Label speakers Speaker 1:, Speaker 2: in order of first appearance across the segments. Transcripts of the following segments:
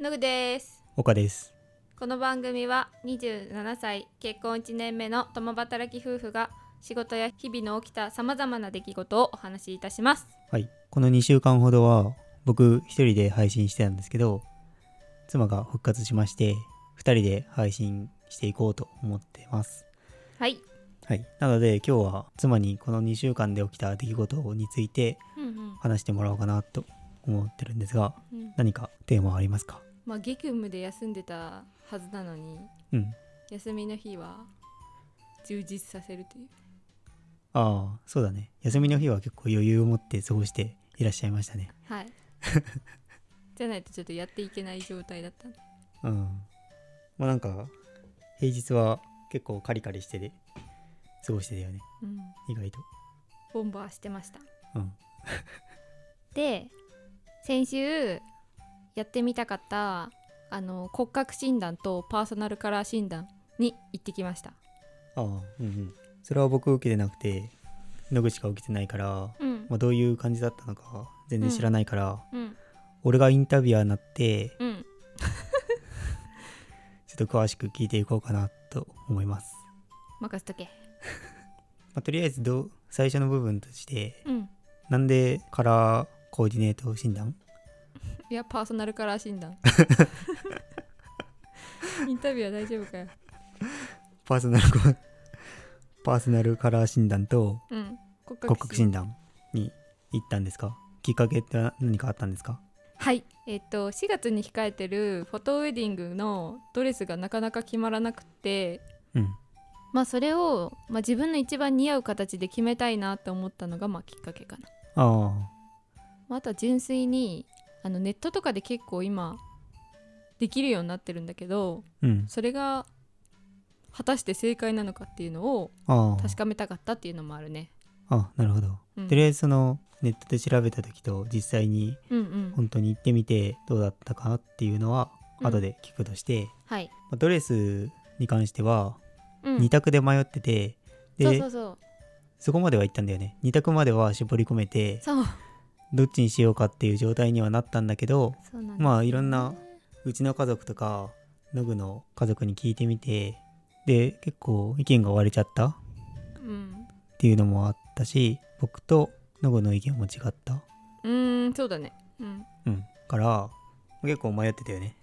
Speaker 1: のぐです
Speaker 2: 岡です。
Speaker 1: この番組は27歳結婚1年目の共働き夫婦が仕事や日々の起きたさまざまな出来事をお話しいたします
Speaker 2: はい。この2週間ほどは僕一人で配信してたんですけど、妻が復活しまして、二人で配信していこうと思ってます。
Speaker 1: はい、
Speaker 2: はい。なので今日は妻にこの2週間で起きた出来事について
Speaker 1: うんうん
Speaker 2: 話してもらおうかなと思ってるんですが、
Speaker 1: うん、
Speaker 2: 何かテーマはありますか
Speaker 1: まあ激務で休んでたはずなのに
Speaker 2: うん。
Speaker 1: 休みの日は充実させるという
Speaker 2: ああ、そうだね。休みの日は結構余裕を持って過ごしていらっしゃいましたね。
Speaker 1: はい じゃないとちょっとやっていけない状態だった
Speaker 2: うん。まあなんか、平日は結構カリカリしてで過ごしてたよね。
Speaker 1: うん
Speaker 2: 意外と。
Speaker 1: ボンバーしてました
Speaker 2: うん。
Speaker 1: で先週やってみたかったあの骨格診断とパーソナルカラー診断に行ってきました
Speaker 2: ああ、うんうん。それは僕受けてなくて、野口が受けてないから、
Speaker 1: うん
Speaker 2: まあ、どういう感じだったのか全然知らないから、
Speaker 1: うん
Speaker 2: 俺がインタビュアーになって、
Speaker 1: うん
Speaker 2: ちょっと詳しく聞いていこうかなと思います。
Speaker 1: 任せとけ
Speaker 2: まあ、とりあえずどう、最初の部分として、
Speaker 1: うん
Speaker 2: なんでカラーコーディネート診断
Speaker 1: いやパーソナルカラー診断 インタビューは大丈夫かよ
Speaker 2: パーソナルコ、 パーソナルカラー診断と
Speaker 1: うん骨
Speaker 2: 骨格診断に行ったんですかきっかけって何かあったんですか
Speaker 1: はいえっと4月に控えてるフォトウェディングのドレスがなかなか決まらなくて
Speaker 2: うん。
Speaker 1: まあそれを、まあ、自分の一番似合う形で決めたいなと思ったのがまあきっかけかな
Speaker 2: あ
Speaker 1: まあ、あとは純粋にあのネットとかで結構今できるようになってるんだけど
Speaker 2: あ、うん。
Speaker 1: それが果たして正解なのかっていうのを
Speaker 2: ああ。
Speaker 1: 確かめたかったっていうのもあるね。
Speaker 2: あなるほど、
Speaker 1: うん
Speaker 2: とりあえずそのネットで調べた時と実際に
Speaker 1: うんうん、
Speaker 2: 本当に行ってみてどうだったかなっていうのは
Speaker 1: うん
Speaker 2: 後で聞くとして、ま
Speaker 1: はい、
Speaker 2: あドレスに関しては
Speaker 1: うん、
Speaker 2: 2択で迷ってて、
Speaker 1: そう
Speaker 2: で
Speaker 1: そうそう
Speaker 2: そこまでは行ったんだよね2択までは絞り込めて
Speaker 1: そう
Speaker 2: どっちにしようかっていう状態にはなったんだけど
Speaker 1: そうなんだ
Speaker 2: まあいろんなうちの家族とかノグの家族に聞いてみてで結構意見が割れちゃったっ
Speaker 1: うん
Speaker 2: ていうのもあったし僕とノグの意見も違った
Speaker 1: うーんそうだねうん
Speaker 2: うん、から結構迷ってたよね。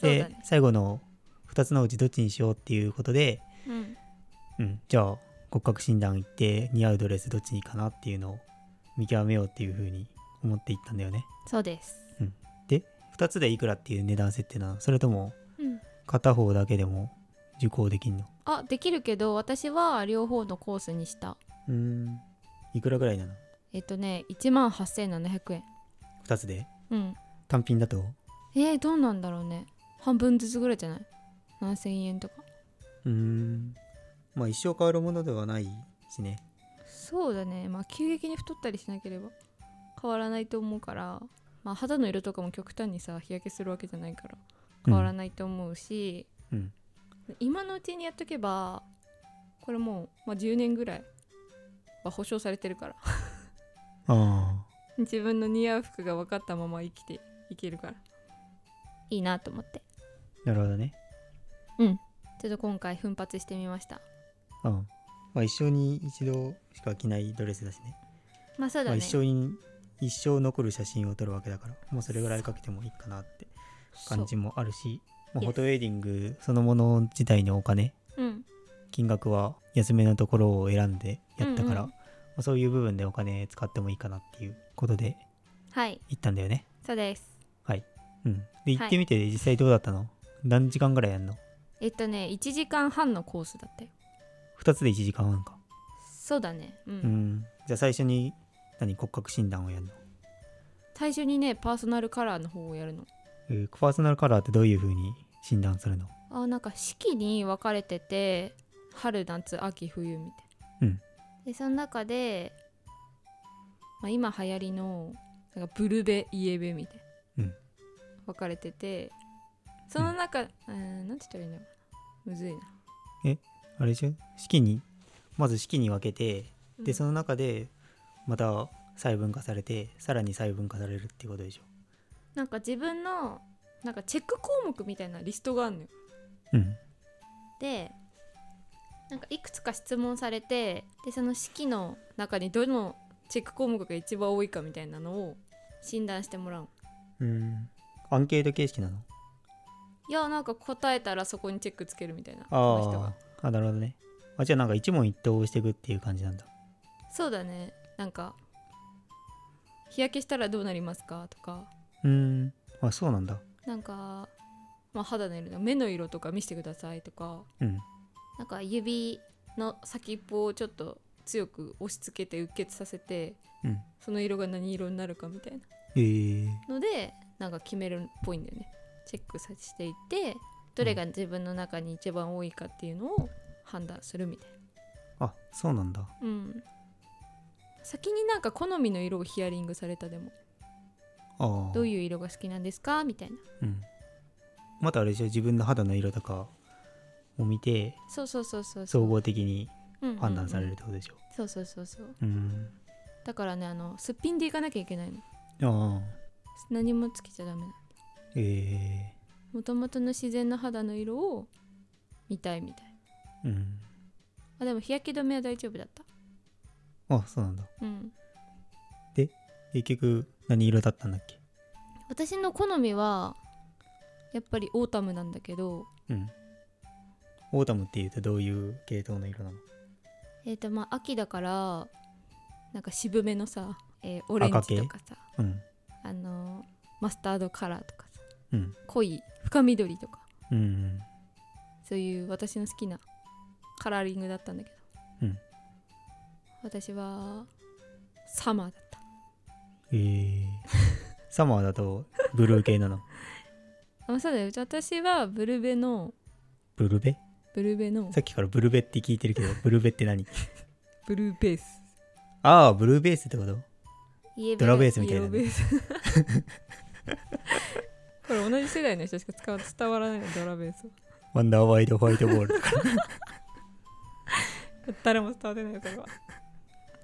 Speaker 1: そう
Speaker 2: で
Speaker 1: だね
Speaker 2: 最後の2つのうちどっちにしようっていうことで、
Speaker 1: うん
Speaker 2: うん、じゃあ骨格診断行って似合うドレスどっちにかなっていうのを見極めようっていうふうに思っていったんだよね。
Speaker 1: そうです
Speaker 2: 2つでいくらっていう値段設定なのそれとも
Speaker 1: うん
Speaker 2: 片方だけでも受講できんの
Speaker 1: あできるけど私は両方のコースにした
Speaker 2: うーんいくらぐらいなの
Speaker 1: えっとね1万8700円
Speaker 2: ?2 つで
Speaker 1: うん
Speaker 2: 単品だと
Speaker 1: えー、どうなんだろうね半分ずつぐらいじゃない7000円とか
Speaker 2: うーんまあ一生変わるものではないしね。
Speaker 1: そうだねまあ急激に太ったりしなければ変わらないと思うから、まあ、肌の色とかも極端にさ日焼けするわけじゃないから変わら
Speaker 2: ない。
Speaker 1: ないと思うし、
Speaker 2: うん
Speaker 1: 今のうちにやっとけばこれもう、まあ、10年ぐらいは保証されてるから
Speaker 2: あ
Speaker 1: 自分の似合う服が分かったまま生きていけるからいいなと思って
Speaker 2: あなるほどね。
Speaker 1: ちょっと今回奮発してみました
Speaker 2: うん。まあ一生に一度しか着ないドレスだしね。
Speaker 1: まあそうだ
Speaker 2: まあ
Speaker 1: ね
Speaker 2: 一生に一生残る写真を撮るわけだから、もうそれぐらいかけてもいいかなって感じもあるし、まあ、
Speaker 1: Yes
Speaker 2: フォトウェディングそのもの自体のお金、
Speaker 1: そううん
Speaker 2: 金額は安めのところを選んでやったから、
Speaker 1: うんうん
Speaker 2: まあそういう部分でお金使ってもいいかなっていうことで
Speaker 1: はい
Speaker 2: 行ったんだよね。
Speaker 1: そうです
Speaker 2: うん。で行ってみて実際どうだったの、何時間ぐらいやんの
Speaker 1: えっとね1時間半のコースだったよ
Speaker 2: ?2 つで1時間半か。
Speaker 1: そうだねうん、
Speaker 2: うん。じゃあ最初に何骨格診断をやるの
Speaker 1: 最初にねパーソナルカラーの方をやるの
Speaker 2: えーパーソナルカラーってどういう風に診断するの
Speaker 1: あなんか四季に分かれてて春夏秋冬みたいな、
Speaker 2: うん
Speaker 1: でその中で、まあ、今流行りのなんかブルベイエベみたいな、
Speaker 2: うん
Speaker 1: 分かれててその中、うん、なんて言ったらいいんだろうむずいな
Speaker 2: あれでしょ式にまず式に分けて
Speaker 1: う
Speaker 2: で
Speaker 1: ん
Speaker 2: その中でまた細分化されてさらに細分化されるっていうことでしょ
Speaker 1: なんか自分のなんかチェック項目みたいなリストがあるのよ
Speaker 2: うん
Speaker 1: でなんかいくつか質問されてでその式の中にどのチェック項目が一番多いかみたいなのを診断してもらうの
Speaker 2: うんアンケート形式なの
Speaker 1: いやなんか答えたらそこにチェックつけるみたいなその人
Speaker 2: あ
Speaker 1: が
Speaker 2: ーあなるほどねあじゃあなんか一問一答していくっていう感じなんだ
Speaker 1: そうだねなんか日焼けしたらどうなりますかとか
Speaker 2: うーんあそうなんだ
Speaker 1: なんか、まあ、肌の色目の色とか見せてくださいとか
Speaker 2: うん
Speaker 1: なんか指の先っぽをちょっと強く押し付けてうっ血させて
Speaker 2: うん
Speaker 1: その色が何色になるかみたいな
Speaker 2: えー、
Speaker 1: のでなんか決めるっぽいんだよねチェックさせていってどれが自分の中に一番多いかっていうのを判断するみたい
Speaker 2: あそうなんだ
Speaker 1: なうん先になんか好みの色をヒアリングされたでも
Speaker 2: ああ
Speaker 1: どういう色が好きなんですかみたいな
Speaker 2: うん、またあれでしょ自分の肌の色とかを見て
Speaker 1: そうそうそうそう
Speaker 2: 総合的に
Speaker 1: うんうんうん
Speaker 2: 判断されるってことでしょ
Speaker 1: そうそうそうそう
Speaker 2: うん
Speaker 1: だからねあのすっぴんでいかなきゃいけないの
Speaker 2: ああ
Speaker 1: 何もつけちゃダメなの
Speaker 2: え
Speaker 1: もともとの自然の肌の色を見たいみたい
Speaker 2: えうん
Speaker 1: あでも日焼け止めは大丈夫だった
Speaker 2: あそうなんだ
Speaker 1: うん
Speaker 2: 結局何色だったんだっけ
Speaker 1: 私の好みはやっぱりオータムなんだけど
Speaker 2: うんオータムっていうとどういう系統の色なの
Speaker 1: えっ、とまあ秋だからなんか渋めのさ、えーオレン
Speaker 2: 赤
Speaker 1: ジ
Speaker 2: 系
Speaker 1: とかさ
Speaker 2: うん
Speaker 1: あのーマスタードカラーとかさ
Speaker 2: うん
Speaker 1: 濃い深緑とか
Speaker 2: うん
Speaker 1: そういう私の好きなカラーリングだったんだけど、
Speaker 2: うん
Speaker 1: 私はサマーだった
Speaker 2: ええ サマーだとブルー系なの
Speaker 1: あそうだよ私はブルベの
Speaker 2: ブルベ
Speaker 1: ブルベの
Speaker 2: さっきからブルベって聞いてるけどブルベって何
Speaker 1: ブルーベース
Speaker 2: ああブルーベースってことドラベースみたいなね
Speaker 1: イエベース これ同じ世代の人しか使う伝わらないのドラベースは
Speaker 2: ワンダーワイドホワイトボールとか
Speaker 1: 誰も伝わってないよそれは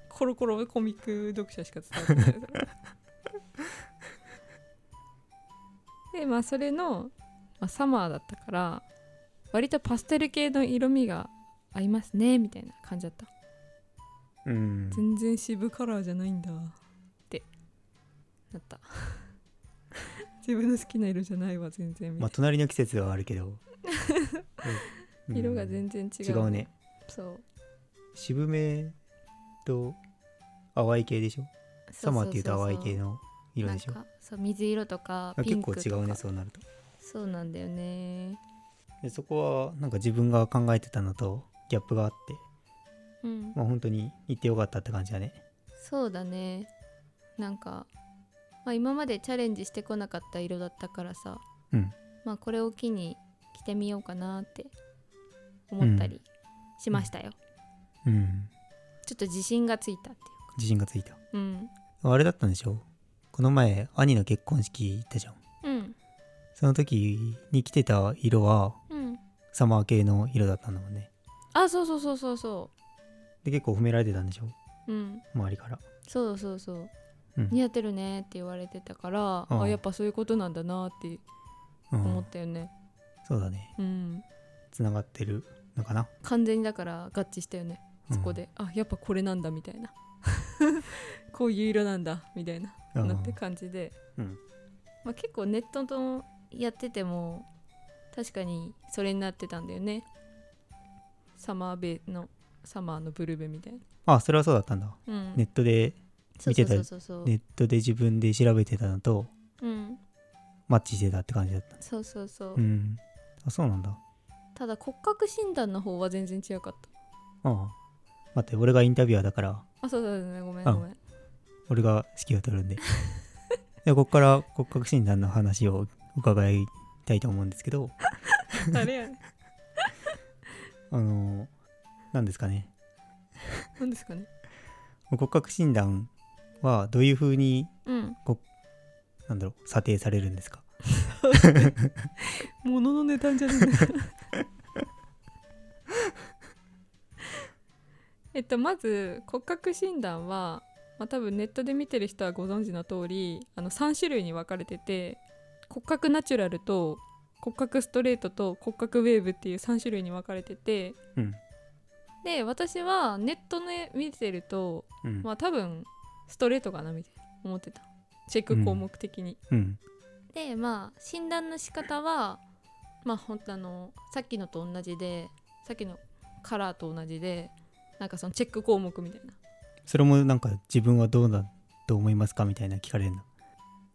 Speaker 1: コロコロコミック読者しか伝わってないよそれはでまあそれの、まあ、サマーだったから割とパステル系の色味が合いますねみたいな感じだった
Speaker 2: うん
Speaker 1: 全然渋カラーじゃないんだってなった 自分の好きな色じゃないわ全然みた
Speaker 2: ま
Speaker 1: い
Speaker 2: あ隣の季節はあるけど、う
Speaker 1: なん色が全然違う
Speaker 2: 違うね
Speaker 1: そう
Speaker 2: 渋めと淡い系でしょサマーっていうと淡い系の色でしょ
Speaker 1: なんかそう水色とか
Speaker 2: あ
Speaker 1: ピ
Speaker 2: 結
Speaker 1: ン
Speaker 2: 構
Speaker 1: クとか
Speaker 2: 違うねそうなると
Speaker 1: そうなんだよね
Speaker 2: でそこはなんか自分が考えてたのとギャップがあって
Speaker 1: うん
Speaker 2: まあ本当に行ってよかったって感じだね
Speaker 1: そうだねなんか、まあ、今までチャレンジしてこなかった色だったからさ、
Speaker 2: うん
Speaker 1: まあこれを機に着てみようかなって思ったりしましたよ、
Speaker 2: うん
Speaker 1: ちょっと自信がついたってい
Speaker 2: 自信がついた
Speaker 1: うかうん
Speaker 2: あれだったんでしょこの前兄の結婚式行ったじゃん
Speaker 1: うん
Speaker 2: その時に着てた色は
Speaker 1: うん
Speaker 2: サマー系の色だったんだもんね
Speaker 1: あそうそうそうそうそ
Speaker 2: で結構褒められてたんでしょ
Speaker 1: ううん
Speaker 2: 周りから
Speaker 1: そうそうそう、
Speaker 2: うん
Speaker 1: 似合ってるねって言われてたから、
Speaker 2: うん
Speaker 1: あやっぱそういうことなんだなって
Speaker 2: う
Speaker 1: 思っ
Speaker 2: ん
Speaker 1: たよね
Speaker 2: そうだね
Speaker 1: うん
Speaker 2: つながってるのかな
Speaker 1: 完全にだから合致したよねそこで、あやっぱこれなんだみたいな こういう色なんだみたいな
Speaker 2: うん
Speaker 1: なって感じで、
Speaker 2: うん
Speaker 1: まあ、結構ネットとやってても確かにそれになってたんだよねサマーベのサマーのブルベみたいな、
Speaker 2: あそれはそうだったんだ
Speaker 1: うん、
Speaker 2: ネットで
Speaker 1: そうそうそ
Speaker 2: 見
Speaker 1: う
Speaker 2: て
Speaker 1: そうそう、
Speaker 2: ネットで自分で調べてたのと
Speaker 1: うん
Speaker 2: マッチしてたって感じだった
Speaker 1: そうそうそう、
Speaker 2: うんあそうなんだ
Speaker 1: ただ骨格診断の方は全然違かった
Speaker 2: ああ待って俺がインタビュアーだから
Speaker 1: あそうだねごめん
Speaker 2: あ
Speaker 1: ごめん
Speaker 2: 俺が指揮を取 るんででここから骨格診断の話を伺いたいと思うんですけど
Speaker 1: 誰やねん
Speaker 2: あの何ですかね
Speaker 1: 何ですかね
Speaker 2: 骨格診断はどういうふうに
Speaker 1: うん
Speaker 2: なんだろう査定されるんですか
Speaker 1: 物の値段じゃないんだから えっとまず骨格診断は、まあ、多分ネットで見てる人はご存知の通りあの3種類に分かれてて骨格ナチュラルと骨格ストレートと骨格ウェーブっていう3種類に分かれてて
Speaker 2: うん
Speaker 1: で私はネットで見てると
Speaker 2: うん
Speaker 1: まあ多分ストレートかなみたいな思ってたチェック項目的に、
Speaker 2: うん
Speaker 1: でまあ診断の仕方はまあほんとあのさっきのと同じでさっきのカラーと同じでなんかそのチェック項目みたいな
Speaker 2: それもなんか自分はどうだと思いますかみたいな聞かれるの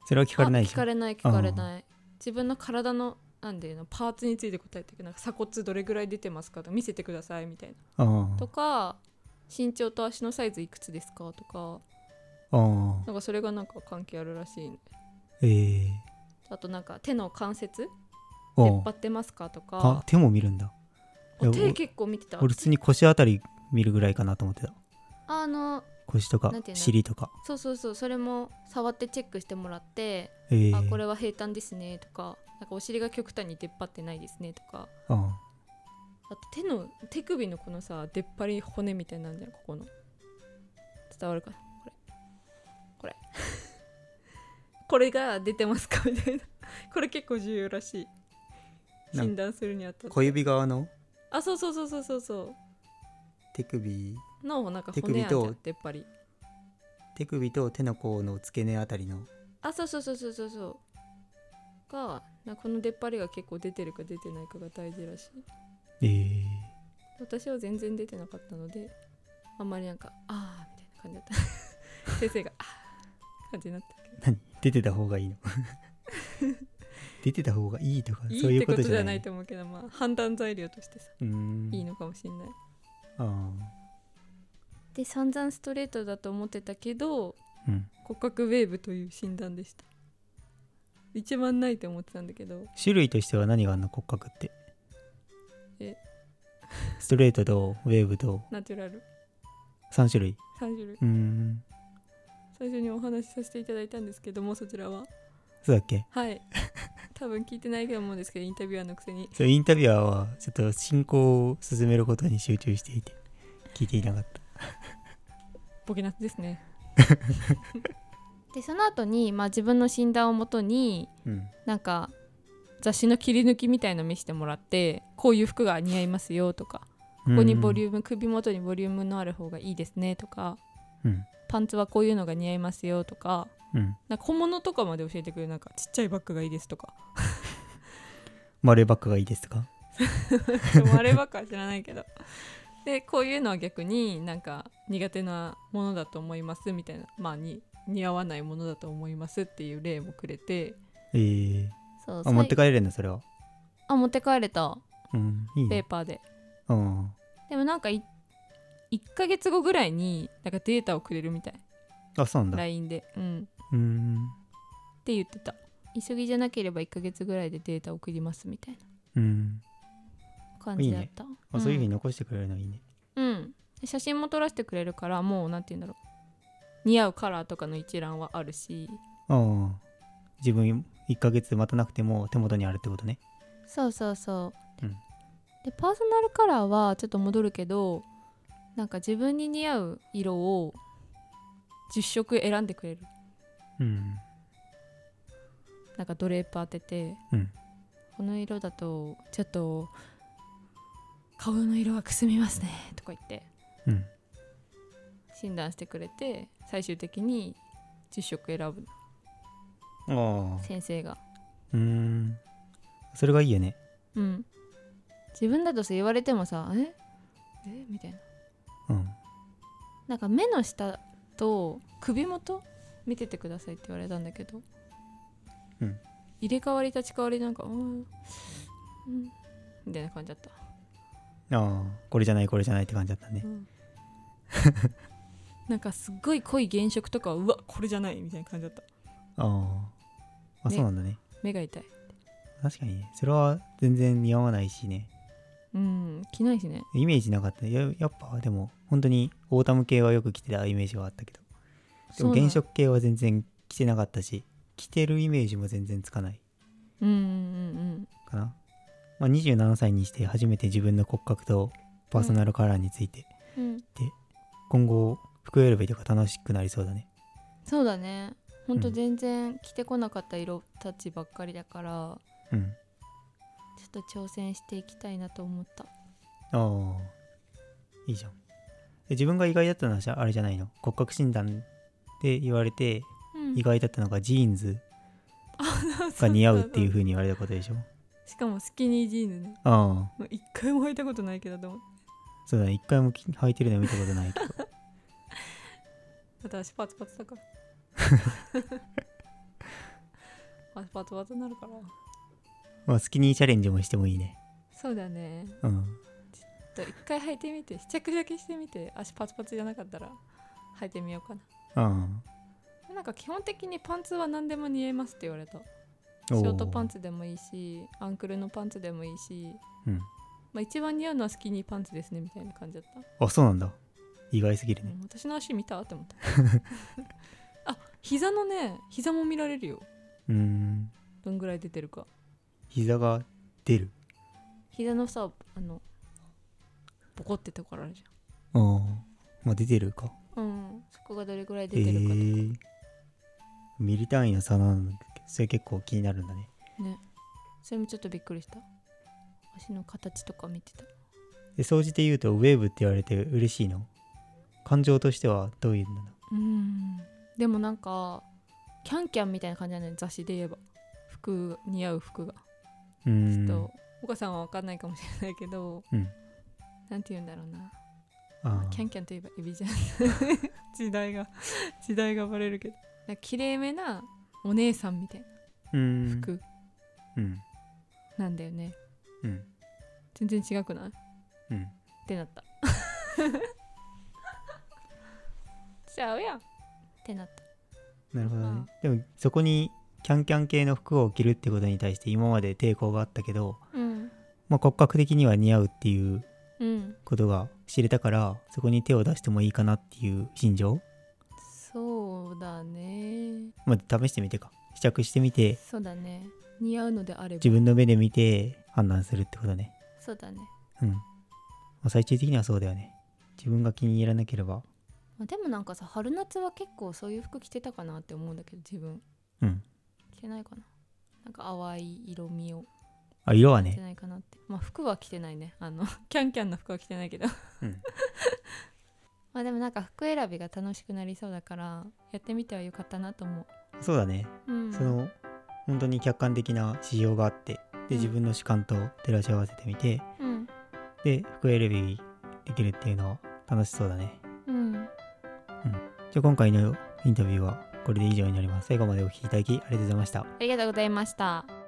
Speaker 2: それは聞かれない
Speaker 1: あ
Speaker 2: で
Speaker 1: 聞
Speaker 2: し
Speaker 1: か
Speaker 2: ょ
Speaker 1: れない聞かれない自分の体のなんていうのパーツについて答えてくなんか鎖骨どれぐらい出てますかとか見せてくださいみたいな
Speaker 2: あ
Speaker 1: とか身長と足のサイズいくつですかとか
Speaker 2: あああ
Speaker 1: なんかそれがなんか関係あるらしいんで
Speaker 2: ええ
Speaker 1: あとなんか手の関節
Speaker 2: あ
Speaker 1: 出っ張ってますかと
Speaker 2: ああ
Speaker 1: か
Speaker 2: 手も見るんだいや
Speaker 1: 手
Speaker 2: お
Speaker 1: 結構見てた
Speaker 2: 俺普通に腰あたり見るぐらいかなと思ってた
Speaker 1: あの
Speaker 2: 腰とか
Speaker 1: なんていうの
Speaker 2: 尻とか
Speaker 1: そうそうそうそれも触ってチェックしてもらって、
Speaker 2: ええ
Speaker 1: あこれは平坦ですねとかなんかお尻が極端に出っ張ってないですねとか
Speaker 2: あ
Speaker 1: あと手の手首のこのさ出っ張り骨みたいなんじゃんここの伝わるかなこれこれ これが出てますかみたいなこれ結構重要らしい
Speaker 2: なん
Speaker 1: 診断するにあたって
Speaker 2: 小指側の
Speaker 1: あそうそうそうそうそうそ
Speaker 2: 手首
Speaker 1: うのなんか
Speaker 2: 手
Speaker 1: 骨
Speaker 2: 首
Speaker 1: あんじゃ
Speaker 2: と
Speaker 1: ん出っ張り
Speaker 2: 手首と手の甲の付け根あたりの
Speaker 1: あそうそうそうそうそうそうがなこの出っ張りが結構出てるか出てないかが大事らしい
Speaker 2: ええ
Speaker 1: 私は全然出てなかったのであんまりなんかあーみたいな感じだった 先生があー感じになったけど
Speaker 2: 何出てた方がいいの 出てた方がいいとか
Speaker 1: い
Speaker 2: そう
Speaker 1: い
Speaker 2: い
Speaker 1: って
Speaker 2: うこ
Speaker 1: ことと
Speaker 2: じ
Speaker 1: じ
Speaker 2: ゃ
Speaker 1: ゃ
Speaker 2: な
Speaker 1: ないいと思うけどまあ判断材料としてさ
Speaker 2: うーん
Speaker 1: いいのかもしれない
Speaker 2: あ
Speaker 1: で散々ストレートだと思ってたけど
Speaker 2: あうん
Speaker 1: 骨格ウェーブという診断でした一番ないと思ってたんだけど
Speaker 2: 種類としては何があんの骨格って
Speaker 1: え
Speaker 2: ストレートとウェーブと
Speaker 1: ナチュラル
Speaker 2: 3種類
Speaker 1: 3種類
Speaker 2: うーん
Speaker 1: 最初にお話しさせていただいたんですけどもそちらは
Speaker 2: そうだっけ
Speaker 1: はい多分聞いてないと思うんですけどインタビュアーのくせに
Speaker 2: そうインタビュアーはちょっと進行を進めることに集中していて聞いていなかった
Speaker 1: ボケナスですねでその後にまあ、自分の診断をもとに
Speaker 2: うん
Speaker 1: なんか雑誌の切り抜きみたいの見せてもらってこういう服が似合いますよとかここにボリ
Speaker 2: ュ
Speaker 1: ューム、首元にボリュームのある方がいいですねとか
Speaker 2: うん
Speaker 1: パンツはこういうのが似合いますよとか
Speaker 2: うん
Speaker 1: なんか小物とかまで教えてくれるなんかちっちゃいバッグがいいですとか
Speaker 2: 丸いバッグがいいですか
Speaker 1: でもあればっかは知らないけどでこういうのは逆になんか苦手なものだと思いますみたいなまあに似合わないものだと思いますっていう例もくれて
Speaker 2: えー、
Speaker 1: そう
Speaker 2: あ持って帰れるのそれは
Speaker 1: あ持って帰れた
Speaker 2: うんいい
Speaker 1: ペー
Speaker 2: ね
Speaker 1: パーで
Speaker 2: うん
Speaker 1: でもなんか1ヶ月後ぐらいになんかデータをくれるみたい
Speaker 2: あそうなんだ
Speaker 1: LINE でうん
Speaker 2: うーん
Speaker 1: って言ってた急ぎじゃなければ1ヶ月ぐらいでデータ送りますみたい
Speaker 2: うん
Speaker 1: な感じだった
Speaker 2: あそういうふうに
Speaker 1: ん
Speaker 2: 残してくれるのいいね
Speaker 1: うんで写真も撮らせてくれるからもうなんて言うんだろう似合うカラーとかの一覧はあるし
Speaker 2: うん自分1ヶ月待たなくても手元にあるってことね
Speaker 1: そうそうそう、
Speaker 2: うん
Speaker 1: でパーソナルカラーはちょっと戻るけどなんか自分に似合う色を10色選んでくれる
Speaker 2: うん
Speaker 1: なんかドレープ当てて、
Speaker 2: うん
Speaker 1: この色だとちょっと顔の色がくすみますねとか言って
Speaker 2: うん
Speaker 1: 診断してくれて最終的に10色選ぶ
Speaker 2: ああ
Speaker 1: 先生が
Speaker 2: うーんそれがいいよね
Speaker 1: うん自分だとさ言われてもさええみたいな
Speaker 2: うん
Speaker 1: なんか目の下と首元見ててくださいって言われたんだけど、
Speaker 2: うん
Speaker 1: 入れ替わり立ち替わりなんかうんうんみたいな感じだった
Speaker 2: ああこれじゃないこれじゃないって感じだったね
Speaker 1: なんかすっごい濃い原色とかはうわこれじゃないみたいな感じだった
Speaker 2: あああ
Speaker 1: ね
Speaker 2: そうなんだね
Speaker 1: 目が痛い
Speaker 2: 確かにねそれは全然似合わないしね
Speaker 1: うん着ないしね
Speaker 2: イメージなかったややっぱでも本当にオータム系はよく着てたイメージはあったけどでも
Speaker 1: そうなの
Speaker 2: 原色系は全然着てなかったし着てるイメージも全然つかない
Speaker 1: うんうんうん
Speaker 2: かな、まあ、27歳にして初めて自分の骨格とパーソナルカラーについて、
Speaker 1: うんうん
Speaker 2: 今後服選びとか楽しくなりそうだね
Speaker 1: そうだねほんと
Speaker 2: うん
Speaker 1: 全然着てこなかった色たちばっかりだから
Speaker 2: うん。
Speaker 1: ちょっと挑戦していきたいなと思った
Speaker 2: ああ。いいじゃん。え自分が意外だったのはじゃあれじゃないの骨格診断って言われて
Speaker 1: うん
Speaker 2: 意外だったのがジーンズ
Speaker 1: そ
Speaker 2: が
Speaker 1: う
Speaker 2: 似合うってい
Speaker 1: そ
Speaker 2: う
Speaker 1: う
Speaker 2: 風に言われたことでしょ
Speaker 1: そうしかもスキニージーンズね
Speaker 2: ああ
Speaker 1: もう一回も履いたことないけどでも
Speaker 2: そうだね一回もき履いてるの見たことないけど
Speaker 1: だって足パツパツだから足パツパツになるから
Speaker 2: まあスキニーチャレンジもしてもいいね
Speaker 1: そうだね
Speaker 2: うん
Speaker 1: ちょっと一回履いてみて試着だけしてみて足パツパツじゃなかったら履いてみようかな
Speaker 2: うん
Speaker 1: なんか基本的にパンツは何でも似合いますって言われたシ
Speaker 2: おー
Speaker 1: ョートパンツでもいいしアンクルのパンツでもいいし、
Speaker 2: うん
Speaker 1: まあ、一番似合うのはスキニーパンツですねみたいな感じだった、
Speaker 2: あそうなんだ意外すぎる
Speaker 1: う
Speaker 2: ね
Speaker 1: ん私の足見たって思ったあ膝のね膝も見られるよ
Speaker 2: うーん
Speaker 1: どんぐらい出てるか
Speaker 2: 膝が出る
Speaker 1: 膝のさあのボコってところあるじ
Speaker 2: うんまあ出てるか
Speaker 1: ゃんうんそこがどれぐらい
Speaker 2: へえ
Speaker 1: 出てるかとか、
Speaker 2: ー、ミリ単位の差なんだけどそれ結構気になるんだね
Speaker 1: それもちょっとびっくりした足の形とか見てた
Speaker 2: で総じて言うとウェーブって言われて嬉しいの感情としてはどういうんだろう
Speaker 1: うんでもなんかキャンキャンみたいな感じだね雑誌で言えば服似合う服が
Speaker 2: うー
Speaker 1: ちょっ
Speaker 2: ん
Speaker 1: と岡さんは分かんないかもしれないけど、
Speaker 2: うん
Speaker 1: なんて言うんだろうな
Speaker 2: あ
Speaker 1: キャンキャンといえばエビじゃん 時代が時代がバレるけどなんか綺麗めなお姉さんみたいな
Speaker 2: 服
Speaker 1: 服
Speaker 2: うん
Speaker 1: なんだよね
Speaker 2: うん
Speaker 1: 全然違くないっ
Speaker 2: うん
Speaker 1: てなったちゃうやんってなった
Speaker 2: なるほど
Speaker 1: う
Speaker 2: ね
Speaker 1: ん
Speaker 2: でもそこにキャンキャン系の服を着るってことに対して今まで抵抗があったけど、
Speaker 1: うん
Speaker 2: まあ、骨格的には似合うっていう
Speaker 1: うん
Speaker 2: ことが知れたからそこに手を出してもいいかなっていう心情
Speaker 1: そうだね
Speaker 2: まあ、試してみてか試着してみて
Speaker 1: そうだね似合うのであれば
Speaker 2: 自分の目で見て判断するってことね
Speaker 1: そうだね、
Speaker 2: うん、まあ、最終的にはそうだよね自分が気に入らなければ
Speaker 1: まあ、でもなんかさ春夏は結構そういう服着てたかなって思うんだけど自分
Speaker 2: うん
Speaker 1: 着てないかななんか淡い色味を
Speaker 2: あ色は
Speaker 1: 着て
Speaker 2: ね
Speaker 1: ないかなって、まあ服は着てないねあの キャンキャンの服は着てないけど、
Speaker 2: うん
Speaker 1: まあでもなんか服選びが楽しくなりそうだからやってみてはよかったなと思
Speaker 2: そうだね
Speaker 1: う、うん、
Speaker 2: その本当に客観的な指標があって
Speaker 1: う
Speaker 2: で
Speaker 1: ん
Speaker 2: 自分の主観と照らし合わせてみて
Speaker 1: うん
Speaker 2: で服選びできるっていうのは楽しそうだね
Speaker 1: うん
Speaker 2: じゃあ今回のインタビューはこれで以上になります最後までお聞きいただきありがとうございました
Speaker 1: ありがとうございました